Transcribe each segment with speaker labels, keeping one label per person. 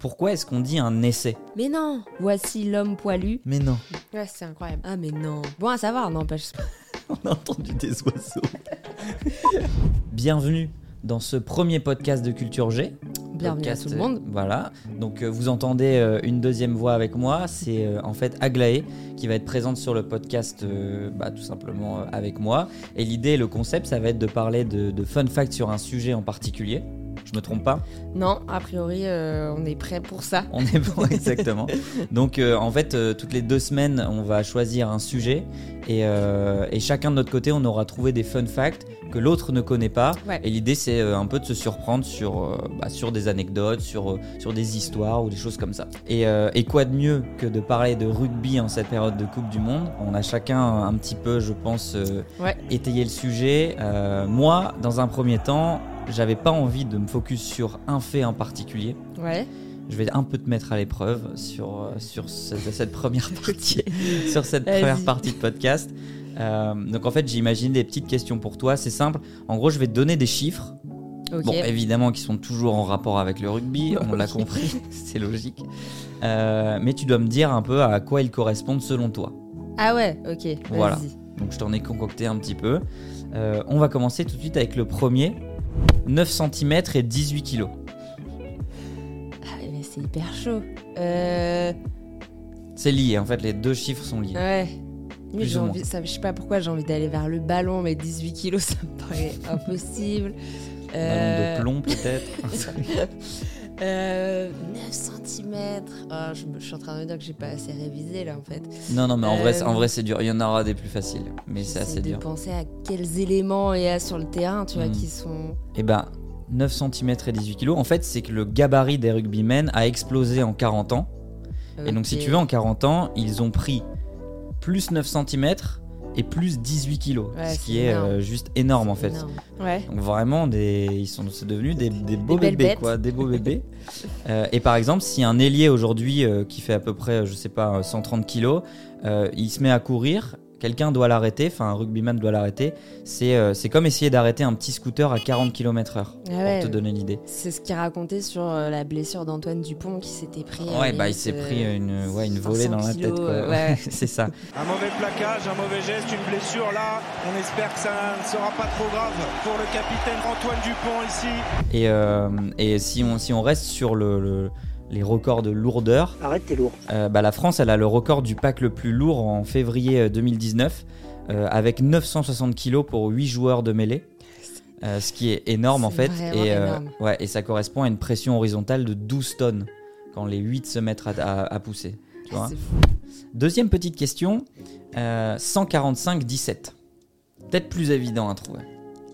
Speaker 1: Pourquoi est-ce qu'on dit un essai
Speaker 2: Mais non Voici l'homme poilu.
Speaker 1: Mais non,
Speaker 3: Ouais, c'est incroyable.
Speaker 2: Ah mais non Bon à savoir, n'empêche.
Speaker 1: on a entendu des oiseaux. Bienvenue dans ce premier podcast de Culture G.
Speaker 2: Bienvenue à
Speaker 1: Podcast,
Speaker 2: tout le monde.
Speaker 1: euh, Voilà. Donc euh, vous entendez euh, une deuxième voix avec moi. C'est euh, en fait Aglaé qui va être présente sur le podcast euh, bah, tout simplement euh, avec moi. Et l'idée, le concept, ça va être de parler de, de fun facts sur un sujet en particulier. Je me trompe pas
Speaker 3: Non, a priori, euh, on est prêt pour ça.
Speaker 1: On est bon, exactement. Donc, euh, en fait, euh, toutes les deux semaines, on va choisir un sujet et, euh, et chacun de notre côté, on aura trouvé des fun facts que l'autre ne connaît pas.
Speaker 3: Ouais.
Speaker 1: Et l'idée, c'est euh, un peu de se surprendre sur, euh, bah, sur des anecdotes, sur, euh, sur des histoires ou des choses comme ça. Et, euh, et quoi de mieux que de parler de rugby en cette période de Coupe du Monde On a chacun un petit peu, je pense, euh,
Speaker 3: Ouais.
Speaker 1: étayé le sujet. Euh, moi, dans un premier temps, j'avais pas envie de me focus sur un fait en particulier.
Speaker 3: Ouais.
Speaker 1: Je vais un peu te mettre à l'épreuve sur, euh, sur ce- cette première partie, sur cette
Speaker 3: Vas-y.
Speaker 1: première partie de podcast. Euh, donc en fait, j'imagine des petites questions pour toi. C'est simple. En gros, je vais te donner des chiffres.
Speaker 3: Ok.
Speaker 1: Bon, évidemment, qui sont toujours en rapport avec le rugby. On l'a compris, c'est logique. Euh, mais tu dois me dire un peu à quoi ils correspondent selon toi.
Speaker 3: ah ouais, ok.
Speaker 1: Voilà.
Speaker 3: Vas-y.
Speaker 1: Donc je t'en ai concocté un petit peu. Euh, on va commencer tout de suite avec le premier. 9 cm et 18 kg.
Speaker 3: Ah, mais c'est hyper chaud. Euh,
Speaker 1: C'est lié, en fait, les deux chiffres sont liés.
Speaker 3: ouais.
Speaker 1: Plus
Speaker 3: Mais j'ai
Speaker 1: ou moins.
Speaker 3: envie, ça, je sais pas pourquoi j'ai envie d'aller vers le ballon, mais 18 kilos, ça me paraît impossible.
Speaker 1: Ballon
Speaker 3: Euh,
Speaker 1: de plomb peut-être.
Speaker 3: euh, 9 cm. je, me- je suis en train de me dire que j'ai pas assez révisé là en fait.
Speaker 1: Non, non, mais en vrai,
Speaker 3: Euh,
Speaker 1: c'est- en vrai c'est dur. Il y en aura des plus faciles, mais c'est
Speaker 3: J'essaie
Speaker 1: assez
Speaker 3: de
Speaker 1: dur.
Speaker 3: penser à quels éléments il y a sur le terrain, tu vois,
Speaker 1: Mm.
Speaker 3: qui sont.
Speaker 1: Et ben, 9 cm et 18 kg, en fait, c'est que le gabarit des rugbymen a explosé en 40 ans. Et donc, si
Speaker 3: euh, Ok.
Speaker 1: tu veux, en 40 ans, ils ont pris plus 9 cm et plus 18 kg,
Speaker 3: Ouais,
Speaker 1: ce qui
Speaker 3: c'est
Speaker 1: est
Speaker 3: énorme.
Speaker 1: euh, juste énorme en fait.
Speaker 3: Énorme. Ouais.
Speaker 1: Donc vraiment, des, ils sont, c'est devenu des, des beaux
Speaker 3: belles
Speaker 1: bébés,
Speaker 3: bêtes.
Speaker 1: quoi, des beaux bébés. Euh, et par exemple, si un ailier aujourd'hui euh, qui fait à peu près, euh, je sais pas, euh, 130 kilos, euh, il se met à courir, quelqu'un doit l'arrêter, enfin un rugbyman doit l'arrêter. C'est, euh, c'est comme essayer d'arrêter un petit scooter à 40 km/h, pour
Speaker 3: Ah ouais.
Speaker 1: te donner l'idée.
Speaker 3: C'est ce qu'il racontait sur euh, la blessure d'Antoine Dupont qui s'était pris. euh,
Speaker 1: Ouais, bah il
Speaker 3: limite,
Speaker 1: s'est
Speaker 3: euh,
Speaker 1: pris une, ouais, une volée
Speaker 3: 500
Speaker 1: dans la tête,
Speaker 3: kilos,
Speaker 1: quoi.
Speaker 3: euh, ouais.
Speaker 1: c'est ça.
Speaker 4: Un mauvais plaquage, un mauvais geste, une blessure là. On espère que ça ne sera pas trop grave pour le capitaine Antoine Dupont ici.
Speaker 1: Et, euh, et si, on, si on reste sur le- le- les records de lourdeur,
Speaker 5: Arrête, t'es lourd.
Speaker 1: Euh, bah, la France, elle a le record du pack le plus lourd en février euh, 2019, euh, avec 960 kilos pour 8 joueurs de mêlée. Euh, ce qui est énorme en fait.
Speaker 3: C'est vraiment
Speaker 1: Et, euh,
Speaker 3: énorme.
Speaker 1: ouais, et ça correspond à une pression horizontale de 12 tonnes quand les 8 se mettent à, à- à pousser. tu vois. hein.
Speaker 3: C'est fou.
Speaker 1: Deuxième petite question euh, 145-17. Peut-être plus évident à trouver.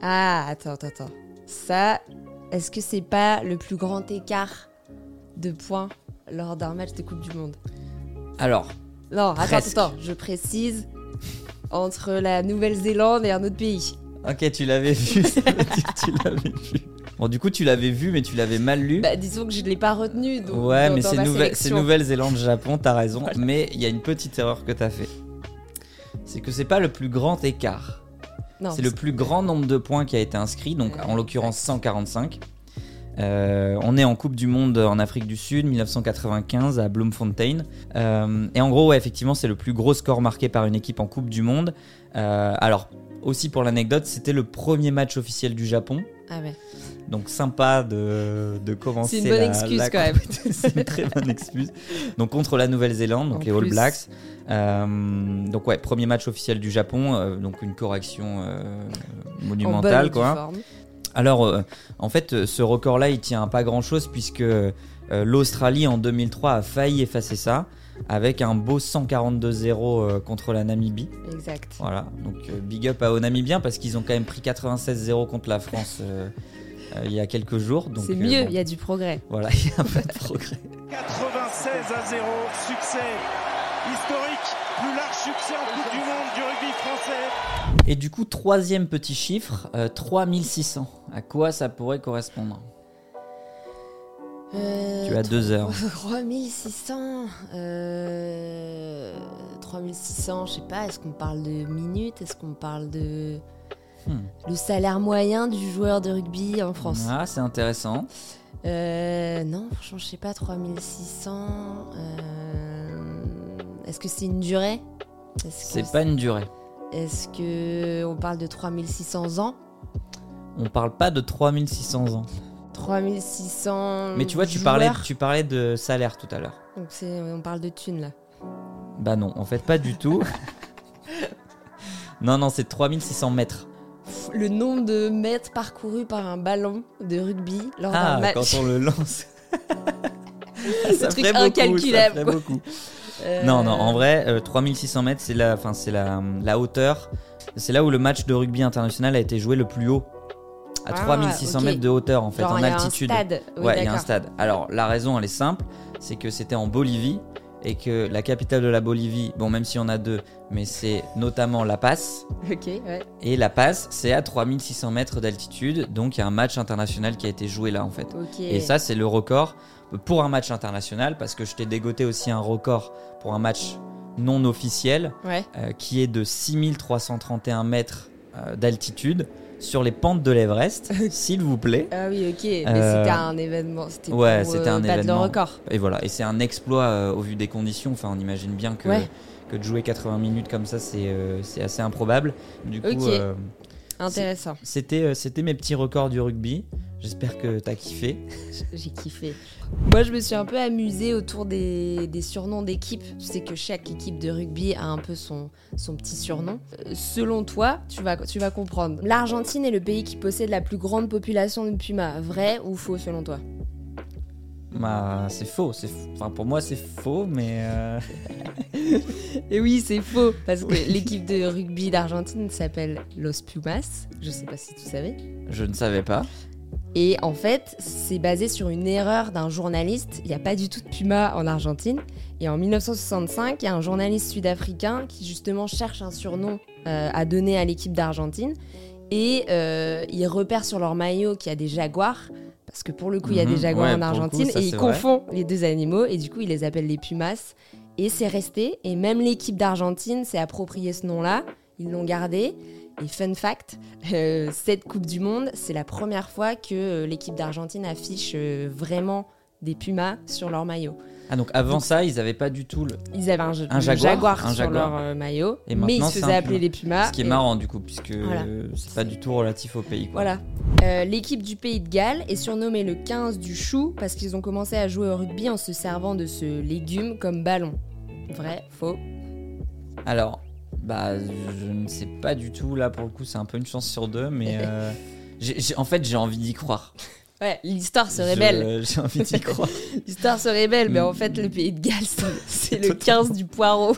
Speaker 3: Ah, attends, attends, attends. Ça, est-ce que c'est pas le plus grand écart de points lors d'un match de Coupe du Monde
Speaker 1: Alors,
Speaker 3: Non,
Speaker 1: Presque.
Speaker 3: attends, attends, je précise. Entre la Nouvelle-Zélande et un autre pays.
Speaker 1: ok, tu l'avais vu. ça veut dire que tu l'avais vu. Bon, du coup, tu l'avais vu, mais tu l'avais mal lu.
Speaker 3: Bah, disons que je ne l'ai pas retenu. Donc,
Speaker 1: ouais,
Speaker 3: dans-
Speaker 1: mais
Speaker 3: dans
Speaker 1: c'est
Speaker 3: ma
Speaker 1: Nouvelle- c'est
Speaker 3: sélection.
Speaker 1: Nouvelle-Zélande-Japon, t'as raison. Mais il y a une petite erreur que t'as fait. C'est que c'est pas le plus grand écart.
Speaker 3: Non,
Speaker 1: C'est le plus grand nombre de points qui a été inscrit, donc
Speaker 3: Euh, Ouais,
Speaker 1: en l'occurrence 145. Euh, on est en Coupe du Monde en Afrique du Sud, 1995 à Bloemfontein. Euh, et en gros, ouais, effectivement, c'est le plus gros score marqué par une équipe en Coupe du Monde. Euh, alors, aussi pour l'anecdote, c'était le premier match officiel du Japon.
Speaker 3: Ah ouais.
Speaker 1: Donc sympa de, de commencer.
Speaker 3: C'est une bonne
Speaker 1: la-
Speaker 3: excuse
Speaker 1: la
Speaker 3: quand même.
Speaker 1: c'est une très bonne excuse. Donc contre la Nouvelle-Zélande, donc
Speaker 3: En
Speaker 1: les All
Speaker 3: plus.
Speaker 1: Blacks. Euh, donc ouais, premier match officiel du Japon, euh, donc une correction euh,
Speaker 3: En bonne et
Speaker 1: monumentale
Speaker 3: due
Speaker 1: quoi.
Speaker 3: forme.
Speaker 1: Alors, euh, en fait, euh, ce record-là, il tient à pas grand-chose puisque euh, l'Australie en 2003 a failli effacer ça avec un beau 142-0 euh, contre la Namibie.
Speaker 3: Exact.
Speaker 1: Voilà, donc euh, big up à- aux Namibiens parce qu'ils ont quand même pris 96-0 contre la France euh, euh, il y a quelques jours. donc,
Speaker 3: C'est
Speaker 1: euh,
Speaker 3: mieux,
Speaker 1: bon,
Speaker 3: il y a du progrès.
Speaker 1: Voilà, il y a un peu de progrès.
Speaker 4: 96 à 0, succès historique, plus large succès en Coupe du Monde du rugby français.
Speaker 1: Et du coup, troisième petit chiffre, euh, 3600. À quoi ça pourrait correspondre
Speaker 3: Euh,
Speaker 1: Tu as deux heures.
Speaker 3: 3600. euh, 3600, je sais pas, est-ce qu'on parle de minutes Est-ce qu'on parle de.
Speaker 1: Hmm.
Speaker 3: le salaire moyen du joueur de rugby en France.
Speaker 1: Ah, c'est intéressant.
Speaker 3: Euh, non, franchement, je sais pas, 3600. euh, Est-ce que c'est une durée Est-ce que
Speaker 1: C'est pas une durée.
Speaker 3: Est-ce que on parle de 3600 ans
Speaker 1: On parle pas de 3600 ans.
Speaker 3: 3600
Speaker 1: Mais tu vois, tu parlais,
Speaker 3: joueurs
Speaker 1: tu parlais de salaire tout à l'heure.
Speaker 3: Donc c'est on parle de thunes là.
Speaker 1: Bah non, en fait, pas du tout. non, non, c'est 3600 mètres.
Speaker 3: Pff, Le nombre de mètres parcourus par un ballon de rugby lors d'un
Speaker 1: Ah,
Speaker 3: match.
Speaker 1: quand on le lance. Ah, ça
Speaker 3: truc
Speaker 1: ferait beaucoup, ça
Speaker 3: incalculable,
Speaker 1: ferait
Speaker 3: quoi.
Speaker 1: beaucoup.
Speaker 3: Euh,
Speaker 1: Non, non, en vrai, euh, 3600 mètres, c'est la, enfin, c'est la, la hauteur. C'est là où le match de rugby international a été joué le plus haut. À
Speaker 3: Ah,
Speaker 1: 3600
Speaker 3: ok.
Speaker 1: mètres de hauteur, en fait,
Speaker 3: genre,
Speaker 1: en
Speaker 3: il y a un
Speaker 1: altitude.
Speaker 3: stade. Oui,
Speaker 1: ouais, il y a un
Speaker 3: d'accord.
Speaker 1: stade. Alors, la raison, elle est simple c'est que c'était en Bolivie et que la capitale de la Bolivie, bon, même si on a deux, mais c'est notamment La Paz.
Speaker 3: Ok, ouais.
Speaker 1: Et La Paz, c'est à 3600 mètres d'altitude, donc il y a un match international qui a été joué là, en fait.
Speaker 3: Ok.
Speaker 1: Et ça, c'est le record pour un match international, parce que je t'ai dégoté aussi un record pour un match non officiel,
Speaker 3: Ouais.
Speaker 1: euh, qui est de 6331 mètres euh, d'altitude sur les pentes de l'Everest, s'il vous plaît.
Speaker 3: Ah oui, ok. Mais
Speaker 1: Euh,
Speaker 3: c'était un événement. C'était
Speaker 1: ouais,
Speaker 3: pour,
Speaker 1: c'était un
Speaker 3: euh, battre
Speaker 1: événement.
Speaker 3: le record.
Speaker 1: Et voilà, et c'est un exploit euh, au vu des conditions. Enfin, on imagine bien que,
Speaker 3: Ouais.
Speaker 1: que de jouer 80 minutes comme ça, c'est euh, c'est assez improbable. Du coup,
Speaker 3: Ok.
Speaker 1: euh,
Speaker 3: Intéressant.
Speaker 1: c'était euh, c'était mes petits records du rugby. J'espère que t'as kiffé.
Speaker 3: J'ai kiffé. Moi, je me suis un peu amusée autour des, des surnoms d'équipes. Tu sais que chaque équipe de rugby a un peu son, son petit surnom. Euh, selon toi, tu vas, tu vas comprendre. L'Argentine est le pays qui possède la plus grande population de pumas. Vrai ou faux selon toi
Speaker 1: Bah, c'est faux. c'est f- Enfin, pour moi, c'est faux, mais. euh,
Speaker 3: Et Eh oui, c'est faux. Parce que l'équipe de rugby d'Argentine s'appelle Los Pumas. Je sais pas si tu savais.
Speaker 1: Je ne savais pas.
Speaker 3: Et en fait, c'est basé sur une erreur d'un journaliste. Il n'y a pas du tout de puma en Argentine. Et en 1965, il y a un journaliste sud-africain qui justement cherche un surnom euh, à donner à l'équipe d'Argentine. Et euh, il repère sur leur maillot qu'il y a des jaguars. Parce que pour le coup, il y a
Speaker 1: Mhm,
Speaker 3: des jaguars
Speaker 1: ouais,
Speaker 3: en
Speaker 1: pour le coup,
Speaker 3: Argentine.
Speaker 1: ça,
Speaker 3: et
Speaker 1: c'est
Speaker 3: il
Speaker 1: vrai.
Speaker 3: confond les deux animaux. Et du coup, il les appelle les pumas. Et c'est resté. Et même l'équipe d'Argentine s'est approprié ce nom-là. Ils l'ont gardé. Et fun fact, euh, cette Coupe du Monde, c'est la première fois que euh, l'équipe d'Argentine affiche euh, vraiment des pumas sur leur maillot.
Speaker 1: Ah, donc avant ça, ils n'avaient pas du tout le.
Speaker 3: Ils avaient un, ja-
Speaker 1: Un
Speaker 3: le
Speaker 1: jaguar, un
Speaker 3: sur
Speaker 1: jaguar.
Speaker 3: leur euh, maillot,
Speaker 1: Et
Speaker 3: mais ils
Speaker 1: maintenant,
Speaker 3: se
Speaker 1: c'est
Speaker 3: faisaient
Speaker 1: un
Speaker 3: appeler
Speaker 1: puma.
Speaker 3: les pumas.
Speaker 1: Ce qui est
Speaker 3: Ah, et-
Speaker 1: marrant, du coup, puisque
Speaker 3: Voilà.
Speaker 1: euh, c'est pas du tout relatif au pays. Quoi.
Speaker 3: Voilà. Euh, L'équipe du Pays de Galles est surnommée le 15 du chou parce qu'ils ont commencé à jouer au rugby en se servant de ce légume comme ballon. Vrai, faux.
Speaker 1: Alors, bah, je ne sais pas du tout. Là, pour le coup, c'est un peu une chance sur deux, mais. euh, j'ai- j'ai- en fait, j'ai envie d'y croire.
Speaker 3: Ouais, l'histoire se
Speaker 1: Je-
Speaker 3: rébelle.
Speaker 1: J'ai envie d'y croire.
Speaker 3: L'histoire se rébelle, mais en
Speaker 1: Mm.
Speaker 3: fait, le Pays de Galles, c'est- c'est le
Speaker 1: Totalement.
Speaker 3: 15 du poireau.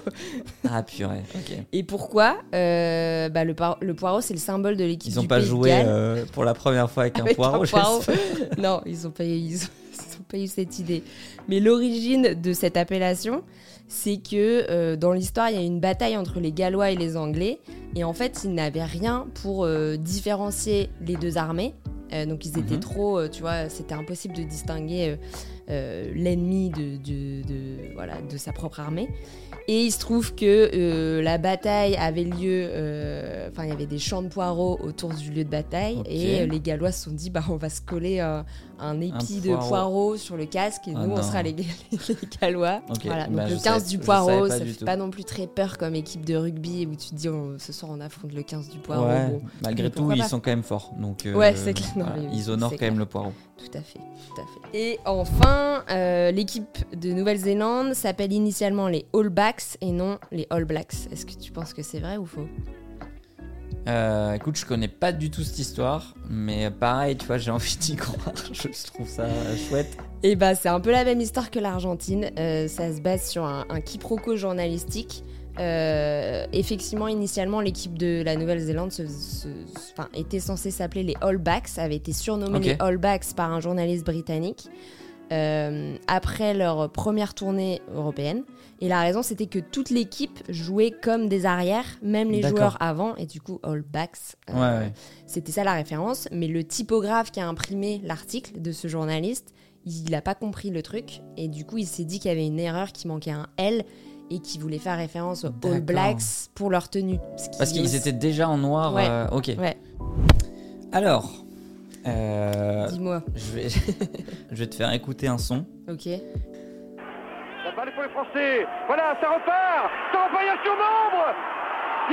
Speaker 1: Ah, purée. ok.
Speaker 3: Et pourquoi Euh, bah, le, par- le poireau, c'est le symbole de l'équipe
Speaker 1: Ils
Speaker 3: du
Speaker 1: n'ont pas
Speaker 3: Pays Ah de
Speaker 1: joué
Speaker 3: Galles.
Speaker 1: euh, pour la première fois avec,
Speaker 3: Avec
Speaker 1: un poireau.
Speaker 3: poireau.
Speaker 1: j'espère.
Speaker 3: non, ils n'ont pas, eu- ils ont- ils ont pas eu cette idée. Mais l'origine de cette appellation, c'est que euh, dans l'histoire, il y a eu une bataille entre les Gallois et les Anglais. Et en fait, ils n'avaient rien pour euh, différencier les deux armées. Euh, donc ils étaient
Speaker 1: Mhm.
Speaker 3: trop, euh, tu vois, c'était impossible de distinguer euh, euh, l'ennemi de, de- de- voilà, de sa propre armée. Et il se trouve que euh, la bataille avait lieu, euh, enfin il y avait des champs de poireaux autour du lieu de bataille
Speaker 1: Ok.
Speaker 3: et euh, les Gallois se sont dit bah on va se coller euh, un épi de
Speaker 1: poireau.
Speaker 3: poireau sur le casque et
Speaker 1: Ah
Speaker 3: nous
Speaker 1: non.
Speaker 3: on sera les, les Gallois.
Speaker 1: Ok,
Speaker 3: Voilà, donc
Speaker 1: bah,
Speaker 3: le
Speaker 1: je
Speaker 3: 15
Speaker 1: savais-
Speaker 3: du
Speaker 1: je savais pas
Speaker 3: poireau, ça
Speaker 1: du
Speaker 3: fait
Speaker 1: tout.
Speaker 3: pas non plus très peur comme équipe de rugby où tu te dis on- ce soir on affronte le 15 du poireau.
Speaker 1: Ouais,
Speaker 3: Bon,
Speaker 1: Malgré
Speaker 3: Mais
Speaker 1: tout,
Speaker 3: pourquoi
Speaker 1: ils
Speaker 3: pas
Speaker 1: sont quand même forts. Donc, euh,
Speaker 3: Ouais, c'est clair. Non, mais oui,
Speaker 1: Ils honorent
Speaker 3: c'est
Speaker 1: quand même
Speaker 3: clair.
Speaker 1: le poireau.
Speaker 3: Tout à fait, tout à fait. Et enfin, euh, l'équipe de Nouvelle-Zélande s'appelle initialement les All Blacks et non les All Blacks. Est-ce que tu penses que c'est vrai ou faux
Speaker 1: Euh, écoute, je connais pas du tout cette histoire, mais pareil, tu vois, j'ai envie d'y croire. Je trouve ça chouette.
Speaker 3: Eh bah, c'est un peu la même histoire que l'Argentine. Euh, ça se base sur un, un quiproquo journalistique. Euh, effectivement, initialement, l'équipe de la Nouvelle-Zélande se- se- se- enfin, était censée s'appeler les All Blacks, avait été surnommée
Speaker 1: Ok.
Speaker 3: les All Blacks par un journaliste britannique euh, après leur première tournée européenne. Et la raison, c'était que toute l'équipe jouait comme des arrières, même les
Speaker 1: D'accord.
Speaker 3: joueurs avant, et du coup, All Blacks. euh,
Speaker 1: Ouais, ouais.
Speaker 3: c'était ça la référence, mais le typographe qui a imprimé l'article de ce journaliste, il n'a pas compris le truc et du coup il s'est dit qu'il y avait une erreur, qu'il manquait un L et qu'il voulait faire référence aux All
Speaker 1: D'accord.
Speaker 3: Blacks pour leur tenue. Ce qui
Speaker 1: Parce qu'ils
Speaker 3: est-
Speaker 1: étaient déjà en noir.
Speaker 3: Ouais.
Speaker 1: euh, ok.
Speaker 3: Ouais.
Speaker 1: Alors, euh,
Speaker 3: Dis-moi.
Speaker 1: je, vais, je vais te faire écouter un son.
Speaker 3: Ok.
Speaker 5: La balle est pour les Français. Voilà, ça repart. Ça repart, il y a le surnombre.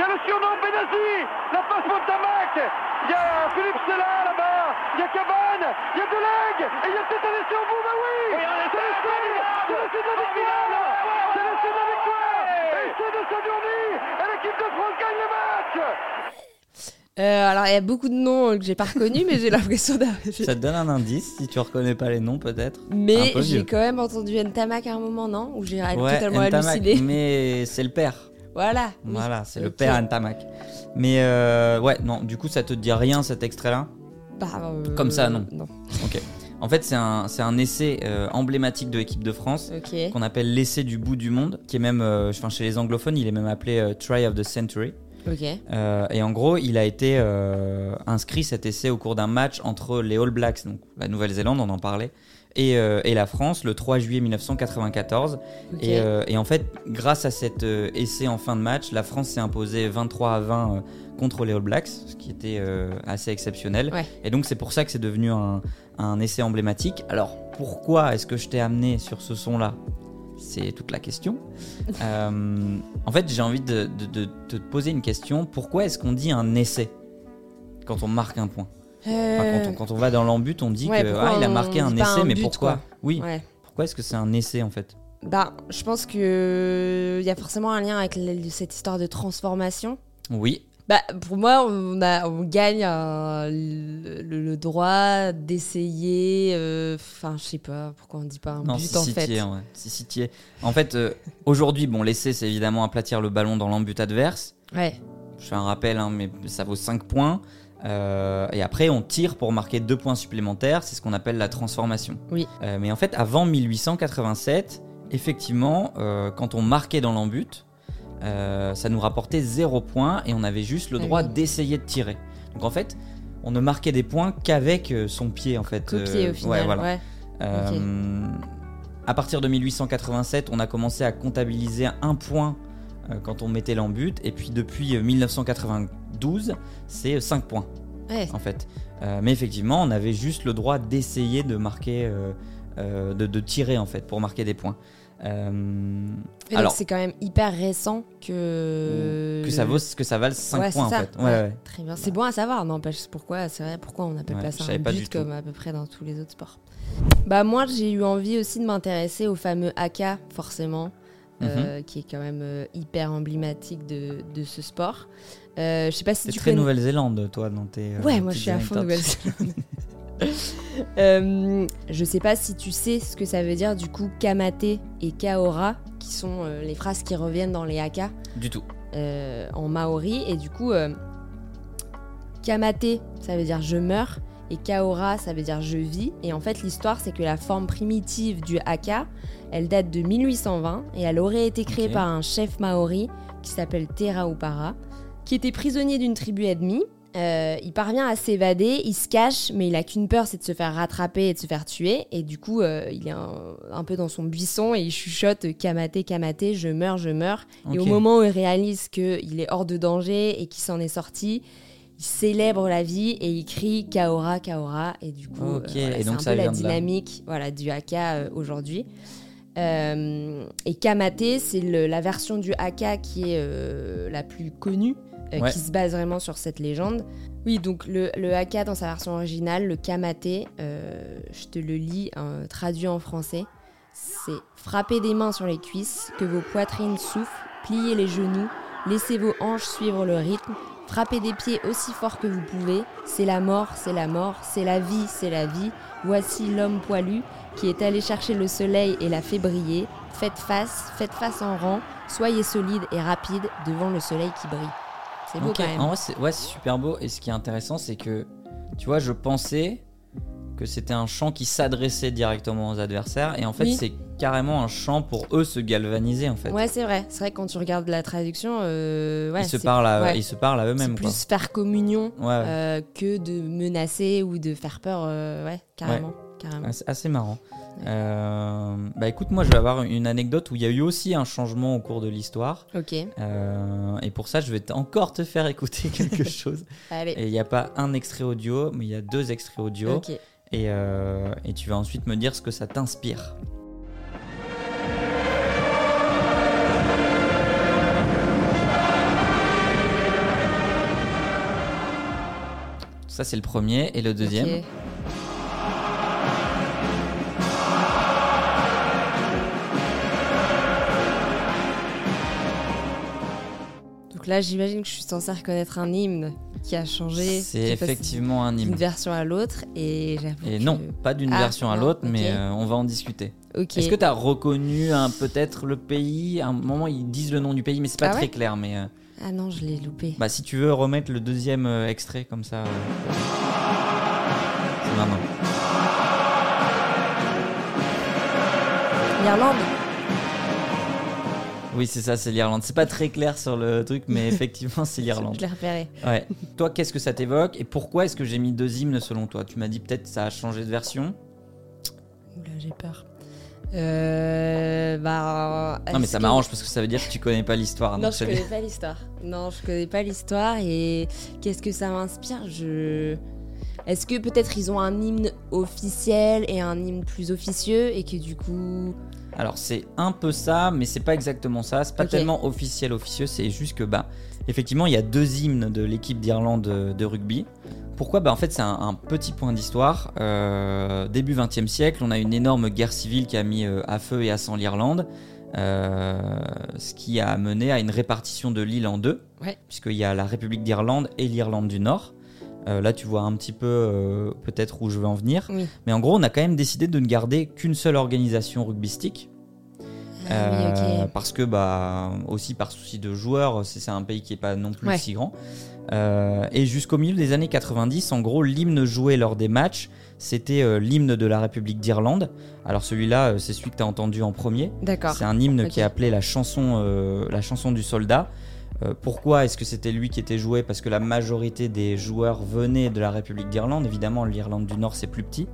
Speaker 5: Il y a le surnombre Benassi. La passe pour Tamac. Il y a Philippe Sella là-bas. Il y a Cabane. Il y a Delegue. Et il y a peut-être un essai au bout. Bah oui. C'est le seul. C'est le seul de la victoire. C'est le seul de la victoire. Et c'est de Sadurni. Et l'équipe de France gagne le match.
Speaker 3: Euh, alors, il y a beaucoup de noms euh, que j'ai pas reconnus, mais j'ai l'impression d'avoir. j'ai-
Speaker 1: Ça te donne un indice si tu reconnais pas les noms peut-être. un
Speaker 3: Mais
Speaker 1: peu vieux.
Speaker 3: j'ai quand même entendu Ntamak à un moment, non Où j'ai Ah, totalement
Speaker 1: Ntamak,
Speaker 3: halluciné.
Speaker 1: mais c'est le père.
Speaker 3: Voilà. oui.
Speaker 1: Voilà, c'est le
Speaker 3: Ok.
Speaker 1: père Ntamak. Mais euh, ouais, non, du coup ça te dit rien cet extrait-là.
Speaker 3: Bah, euh,
Speaker 1: Comme ça, non.
Speaker 3: Non.
Speaker 1: En fait, c'est un, c'est un essai euh, emblématique de l'équipe de France
Speaker 3: Ok.
Speaker 1: qu'on appelle l'essai du bout du monde, qui est même, euh, enfin chez les anglophones, il est même appelé euh, try of the century.
Speaker 3: Ok.
Speaker 1: Euh, et en gros, il a été euh, inscrit cet essai au cours d'un match entre les All Blacks, donc la Nouvelle-Zélande, on en parlait, et, euh, et la France le 3 juillet 1994.
Speaker 3: Ok.
Speaker 1: Et, euh, et en fait, grâce à cet euh, essai en fin de match, la France s'est imposée 23 à 20 euh, contre les All Blacks, ce qui était euh, assez exceptionnel.
Speaker 3: Ouais.
Speaker 1: Et donc, c'est pour ça que c'est devenu un, un essai emblématique. Alors, pourquoi est-ce que je t'ai amené sur ce son-là C'est toute la question. Euh, en fait, j'ai envie de, de- de- de te poser une question. Pourquoi est-ce qu'on dit un essai quand on marque un point Enfin,
Speaker 3: Euh,
Speaker 1: quand, on, quand on va dans l'embut, on dit
Speaker 3: ouais,
Speaker 1: que
Speaker 3: pourquoi
Speaker 1: ah, il a
Speaker 3: on
Speaker 1: marqué un
Speaker 3: dit pas
Speaker 1: essai,
Speaker 3: un
Speaker 1: mais
Speaker 3: but,
Speaker 1: pourquoi
Speaker 3: quoi
Speaker 1: Oui.
Speaker 3: Ouais.
Speaker 1: Pourquoi est-ce que c'est un essai en fait
Speaker 3: Bah, je pense que il y a forcément un lien avec la- cette histoire de transformation.
Speaker 1: Oui,
Speaker 3: Bah, pour moi, on, a, on gagne euh, le, le droit d'essayer. euh, Enfin, je sais pas pourquoi on dit pas un
Speaker 1: Non,
Speaker 3: but
Speaker 1: si,
Speaker 3: en
Speaker 1: si,
Speaker 3: fait.
Speaker 1: t'y es, ouais. Si, si, t'y es. En fait, euh, aujourd'hui, bon, l'essai, c'est évidemment aplatir le ballon dans l'embut adverse.
Speaker 3: Ouais.
Speaker 1: Je fais un rappel, hein, mais ça vaut 5 points. Euh, et après, on tire pour marquer 2 points supplémentaires. C'est ce qu'on appelle la transformation.
Speaker 3: Oui.
Speaker 1: Euh, mais en fait, avant 1887, effectivement, euh, quand on marquait dans l'embut, euh, ça nous rapportait 0 points et on avait juste le
Speaker 3: Ah
Speaker 1: droit
Speaker 3: oui.
Speaker 1: d'essayer de tirer. Donc en fait, on ne marquait des points qu'avec euh, son pied en fait.
Speaker 3: Copier
Speaker 1: Euh,
Speaker 3: au final.
Speaker 1: ouais, voilà.
Speaker 3: ouais.
Speaker 1: Euh, À partir de 1887, on a commencé à comptabiliser un point euh, quand on mettait l'embut, et puis depuis euh, 1992, c'est 5 points
Speaker 3: Ouais.
Speaker 1: en fait. Euh, mais effectivement, on avait juste le droit d'essayer de marquer, euh, euh, de, de tirer en fait, pour marquer des points. Euh,
Speaker 3: Et donc,
Speaker 1: alors,
Speaker 3: c'est quand même hyper récent que.
Speaker 1: que ça, vaut, que ça vale 5
Speaker 3: Euh, Ouais,
Speaker 1: points en
Speaker 3: c'est ça.
Speaker 1: fait. Ouais, ouais.
Speaker 3: Très bien. C'est bon à savoir, n'empêche. Pourquoi C'est vrai. Pourquoi on appelle
Speaker 1: Ouais,
Speaker 3: pas
Speaker 1: je
Speaker 3: ça un
Speaker 1: savais pas du
Speaker 3: but
Speaker 1: tout.
Speaker 3: comme à peu près dans tous les autres sports Bah moi, j'ai eu envie aussi de m'intéresser au fameux AK, forcément,
Speaker 1: Mhm.
Speaker 3: euh, qui est quand même euh, hyper emblématique de, de ce sport. Euh, je sais pas si
Speaker 1: T'es
Speaker 3: tu
Speaker 1: très
Speaker 3: connais.
Speaker 1: Nouvelle-Zélande, toi, dans tes. euh,
Speaker 3: Ouais, moi je
Speaker 1: petites
Speaker 3: suis à fond
Speaker 1: anecdotes.
Speaker 3: Nouvelle-Zélande. Euh, je sais pas si tu sais ce que ça veut dire du coup Kamate et Kaora, qui sont euh, les phrases qui reviennent dans les AK
Speaker 1: Du tout.
Speaker 3: euh, en maori et du coup euh, kamate ça veut dire je meurs et kaora ça veut dire je vis et en fait l'histoire c'est que la forme primitive du haka elle date de 1820 et elle aurait été créée
Speaker 1: Ok.
Speaker 3: par un chef maori qui s'appelle Teraupara qui était prisonnier d'une tribu ennemie Euh, il parvient à s'évader, il se cache, mais il a qu'une peur, c'est de se faire rattraper et de se faire tuer. Et du coup, euh, il est un, un peu dans son buisson et il chuchote Kamate, Kamate, je meurs, je meurs. Et au
Speaker 1: Ok.
Speaker 3: moment où il réalise qu'il est hors de danger et qu'il s'en est sorti, il célèbre la vie et il crie Kaora, Kaora. Et du coup, euh,
Speaker 1: Ok,
Speaker 3: voilà,
Speaker 1: et
Speaker 3: c'est
Speaker 1: donc
Speaker 3: un
Speaker 1: ça
Speaker 3: peu la
Speaker 1: vient de là.
Speaker 3: dynamique voilà, du haka euh, aujourd'hui. Euh, et Kamate, c'est le- la version du haka qui est euh, la plus connue, euh,
Speaker 1: Ouais.
Speaker 3: qui se base vraiment sur cette légende. Oui, donc le, le haka dans sa version originale, le kamate, euh, je te le lis hein, traduit en français, c'est frappez des mains sur les cuisses, que vos poitrines soufflent, pliez les genoux, laissez vos hanches suivre le rythme, frappez des pieds aussi fort que vous pouvez, c'est la mort, c'est la mort, c'est la vie, c'est la vie, voici l'homme poilu qui est allé chercher le soleil et l'a fait briller, faites face, faites face en rang, soyez solide et rapide devant le soleil qui brille. C'est beau
Speaker 1: Ok,
Speaker 3: quand même.
Speaker 1: En vrai, c'est ouais, c'est super beau. Et ce qui est intéressant, c'est que, tu vois, je pensais que c'était un chant qui s'adressait directement aux adversaires. Et en fait,
Speaker 3: Oui.
Speaker 1: c'est carrément un chant pour eux se galvaniser, en fait.
Speaker 3: Ouais, c'est vrai. C'est vrai que quand tu regardes la traduction, euh, ouais,
Speaker 1: ils, se
Speaker 3: c'est-
Speaker 1: parlent à,
Speaker 3: ouais.
Speaker 1: ils se parlent à
Speaker 3: c'est
Speaker 1: eux-mêmes, quoi.
Speaker 3: plus faire communion
Speaker 1: Ouais, ouais.
Speaker 3: euh, que de menacer ou de faire peur, euh, ouais, carrément. carrément.
Speaker 1: Assez, assez marrant. Euh, bah écoute, moi je vais avoir une anecdote où il y a eu aussi un changement au cours de l'histoire.
Speaker 3: Ok,
Speaker 1: Euh, et pour ça, je vais t- encore te faire écouter quelque chose.
Speaker 3: allez.
Speaker 1: Et il n'y a pas un extrait audio, mais il y a deux extraits audio.
Speaker 3: Ok.
Speaker 1: Et, euh, et tu vas ensuite me dire ce que ça t'inspire. Ça, c'est le premier. Et le deuxième.
Speaker 3: ok. Donc là, j'imagine que je suis censée reconnaître un hymne qui a changé.
Speaker 1: C'est
Speaker 3: qui est passé
Speaker 1: effectivement un
Speaker 3: D'une
Speaker 1: hymne.
Speaker 3: version à l'autre, et j'avoue.
Speaker 1: Et
Speaker 3: que-
Speaker 1: non, pas d'une
Speaker 3: Ah,
Speaker 1: version à
Speaker 3: non,
Speaker 1: l'autre,
Speaker 3: ok.
Speaker 1: mais euh, on va en discuter.
Speaker 3: Ok.
Speaker 1: Est-ce que tu as reconnu un- peut-être le pays À un moment, ils disent le nom du pays, mais c'est pas
Speaker 3: Ah
Speaker 1: très
Speaker 3: ouais
Speaker 1: clair. Mais euh,
Speaker 3: Ah non, je l'ai loupé.
Speaker 1: bah, si tu veux remettre le deuxième euh, extrait comme ça. euh, C'est maintenant.
Speaker 3: L'Irlande
Speaker 1: Oui, c'est ça, c'est l'Irlande. C'est pas très clair sur le truc, mais effectivement, c'est
Speaker 3: Je
Speaker 1: l'Irlande.
Speaker 3: l'ai repéré.
Speaker 1: Ouais. Toi, qu'est-ce que ça t'évoque et pourquoi est-ce que j'ai mis deux hymnes selon toi Tu m'as dit peut-être ça a changé de version.
Speaker 3: Oula, j'ai peur. Euh. Bah.
Speaker 1: Non, mais
Speaker 3: est-ce
Speaker 1: ça
Speaker 3: que-
Speaker 1: m'arrange parce que ça veut dire que tu connais pas l'histoire. hein,
Speaker 3: Non,
Speaker 1: donc
Speaker 3: je
Speaker 1: c'est
Speaker 3: connais
Speaker 1: bien.
Speaker 3: pas l'histoire. Non, je connais pas l'histoire et qu'est-ce que ça m'inspire Je. Est-ce que peut-être ils ont un hymne officiel et un hymne plus officieux et que du coup.
Speaker 1: Alors c'est un peu ça, mais c'est pas exactement ça. C'est pas
Speaker 3: Ok.
Speaker 1: tellement officiel officieux, c'est juste que bah effectivement il y a deux hymnes de l'équipe d'Irlande euh, de rugby. Pourquoi Bah en fait c'est un, un petit point d'histoire. Euh, début 20e siècle, on a une énorme guerre civile qui a mis euh, à feu et à sang l'Irlande, euh, ce qui a amené à une répartition de l'île en deux,
Speaker 3: Ouais.
Speaker 1: puisqu'il y a la République d'Irlande et l'Irlande du Nord. Euh, là tu vois un petit peu euh, peut-être où je veux en venir.
Speaker 3: Oui.
Speaker 1: Mais en gros, on a quand même décidé de ne garder qu'une seule organisation rugbystique.
Speaker 3: Ah oui,
Speaker 1: Euh,
Speaker 3: ok.
Speaker 1: Parce que, bah, aussi par souci de joueurs, c'est c'est un pays qui n'est pas non plus
Speaker 3: Ouais.
Speaker 1: si grand. Euh, et jusqu'au milieu des années 90, en gros, l'hymne joué lors des matchs, c'était euh, l'hymne de la République d'Irlande. Alors celui-là, euh, c'est celui que tu as entendu en premier.
Speaker 3: D'accord.
Speaker 1: C'est un hymne
Speaker 3: Ok.
Speaker 1: qui est appelé la chanson, euh, la chanson du soldat. Euh, pourquoi est-ce que c'était lui qui était joué Parce que la majorité des joueurs venaient de la République d'Irlande. Évidemment, l'Irlande du Nord, c'est plus petit.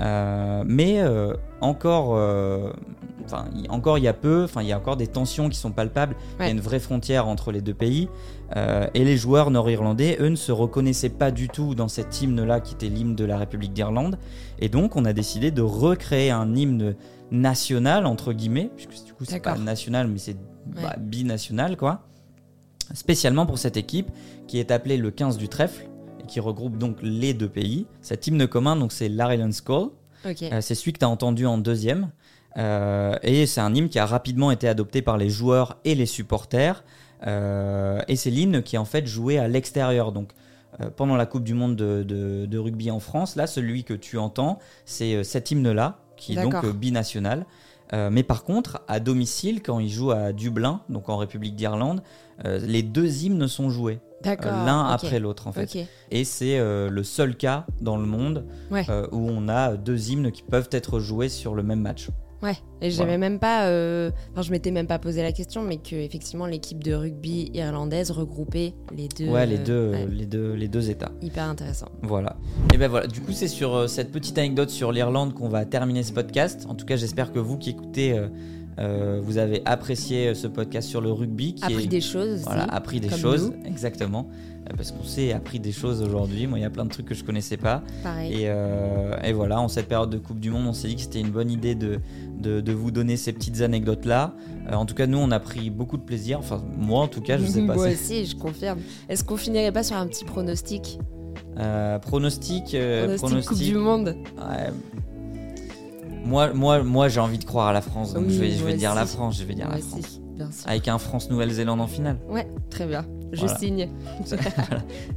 Speaker 1: Euh, mais euh, encore, euh, enfin, il- encore il y a peu, enfin, il y a encore des tensions qui sont palpables. Il y
Speaker 3: Ouais.
Speaker 1: a une vraie frontière entre les deux pays. Euh, et les joueurs nord-irlandais, eux, ne se reconnaissaient pas du tout dans cet hymne-là qui était l'hymne de la République d'Irlande. Et donc, on a décidé de recréer un hymne national, entre guillemets, puisque du coup, c'est pas
Speaker 3: D'accord.
Speaker 1: national, mais c'est bah, binational, quoi. Spécialement pour cette équipe qui est appelée le 15 du trèfle et qui regroupe donc les deux pays. Cet hymne commun, donc c'est l'Ireland's Call.
Speaker 3: Ok.
Speaker 1: Euh, c'est celui que tu as entendu en deuxième. Euh, et c'est un hymne qui a rapidement été adopté par les joueurs et les supporters. Euh, et c'est l'hymne qui est en fait joué à l'extérieur. Donc euh, pendant la Coupe du Monde de, de- de rugby en France, là, celui que tu entends, c'est euh, cet hymne-là, qui est donc
Speaker 3: D'accord.
Speaker 1: euh, binational. Euh, mais par contre, à domicile, quand ils jouent à Dublin, donc en République d'Irlande, euh, les deux hymnes sont joués, euh,
Speaker 3: D'accord.
Speaker 1: l'un
Speaker 3: ok.
Speaker 1: après l'autre en fait.
Speaker 3: Ok.
Speaker 1: Et c'est euh, le seul cas dans le monde
Speaker 3: Ouais.
Speaker 1: euh, où on a deux hymnes qui peuvent être joués sur le même match.
Speaker 3: Ouais. Et j'avais même pas. euh, Enfin, je m'étais même pas posé la question, mais que effectivement l'équipe de rugby irlandaise regroupait les deux.
Speaker 1: ouais, les deux,
Speaker 3: Euh,
Speaker 1: euh,
Speaker 3: ouais.
Speaker 1: les deux, les deux États.
Speaker 3: Hyper intéressant.
Speaker 1: Voilà. Et ben voilà. Du coup, c'est sur euh, cette petite anecdote sur l'Irlande qu'on va terminer ce podcast. En tout cas, j'espère que vous qui écoutez, euh, euh, vous avez apprécié euh, ce podcast sur le rugby, qui
Speaker 3: Appris
Speaker 1: est
Speaker 3: des choses aussi.
Speaker 1: voilà, appris des
Speaker 3: comme
Speaker 1: choses, exactement. Euh, Parce qu'on s'est appris des choses aujourd'hui. Moi, il y a plein de trucs que je connaissais pas.
Speaker 3: Pareil.
Speaker 1: Et, euh, et voilà, en cette période de Coupe du Monde, on s'est dit que c'était une bonne idée de, de, de vous donner ces petites anecdotes-là. Euh, en tout cas, nous, on a pris beaucoup de plaisir. Enfin, moi, en tout cas, je sais pas.
Speaker 3: Moi
Speaker 1: c'est-
Speaker 3: aussi, je confirme. Est-ce qu'on finirait pas sur un petit pronostic
Speaker 1: Euh, pronostic, euh,
Speaker 3: pronostic, Coupe du Monde.
Speaker 1: Ouais. Moi, moi, moi j'ai envie de croire à la France. Donc,
Speaker 3: Oui,
Speaker 1: je vais, je vais
Speaker 3: moi
Speaker 1: dire la
Speaker 3: aussi.
Speaker 1: France. Je vais dire
Speaker 3: Moi
Speaker 1: la
Speaker 3: aussi,
Speaker 1: France.
Speaker 3: bien sûr.
Speaker 1: Avec un France-Nouvelle-Zélande en finale.
Speaker 3: Ouais, très bien. Je
Speaker 1: Voilà.
Speaker 3: signe.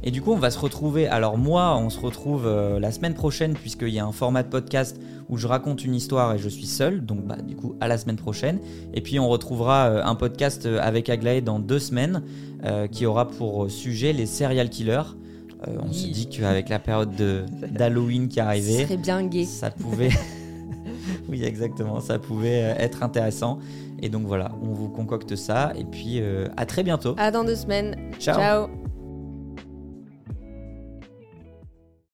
Speaker 1: Et du coup, on va se retrouver. Alors, moi, on se retrouve euh, la semaine prochaine, puisqu'il y a un format de podcast où je raconte une histoire et je suis seul. Donc, bah, du coup, à la semaine prochaine. Et puis, on retrouvera euh, un podcast euh, avec Aglaé dans deux semaines euh, qui aura pour euh, sujet les serial killers. Euh, on se
Speaker 3: Oui.
Speaker 1: dit qu'avec la période de- d'Halloween qui est
Speaker 3: Ce
Speaker 1: arrivée,
Speaker 3: serait bien gay.
Speaker 1: ça pouvait. oui, exactement, ça pouvait euh, être intéressant. Et donc, voilà, on vous concocte ça. Et puis, euh, à très bientôt.
Speaker 3: À dans deux semaines. Ciao.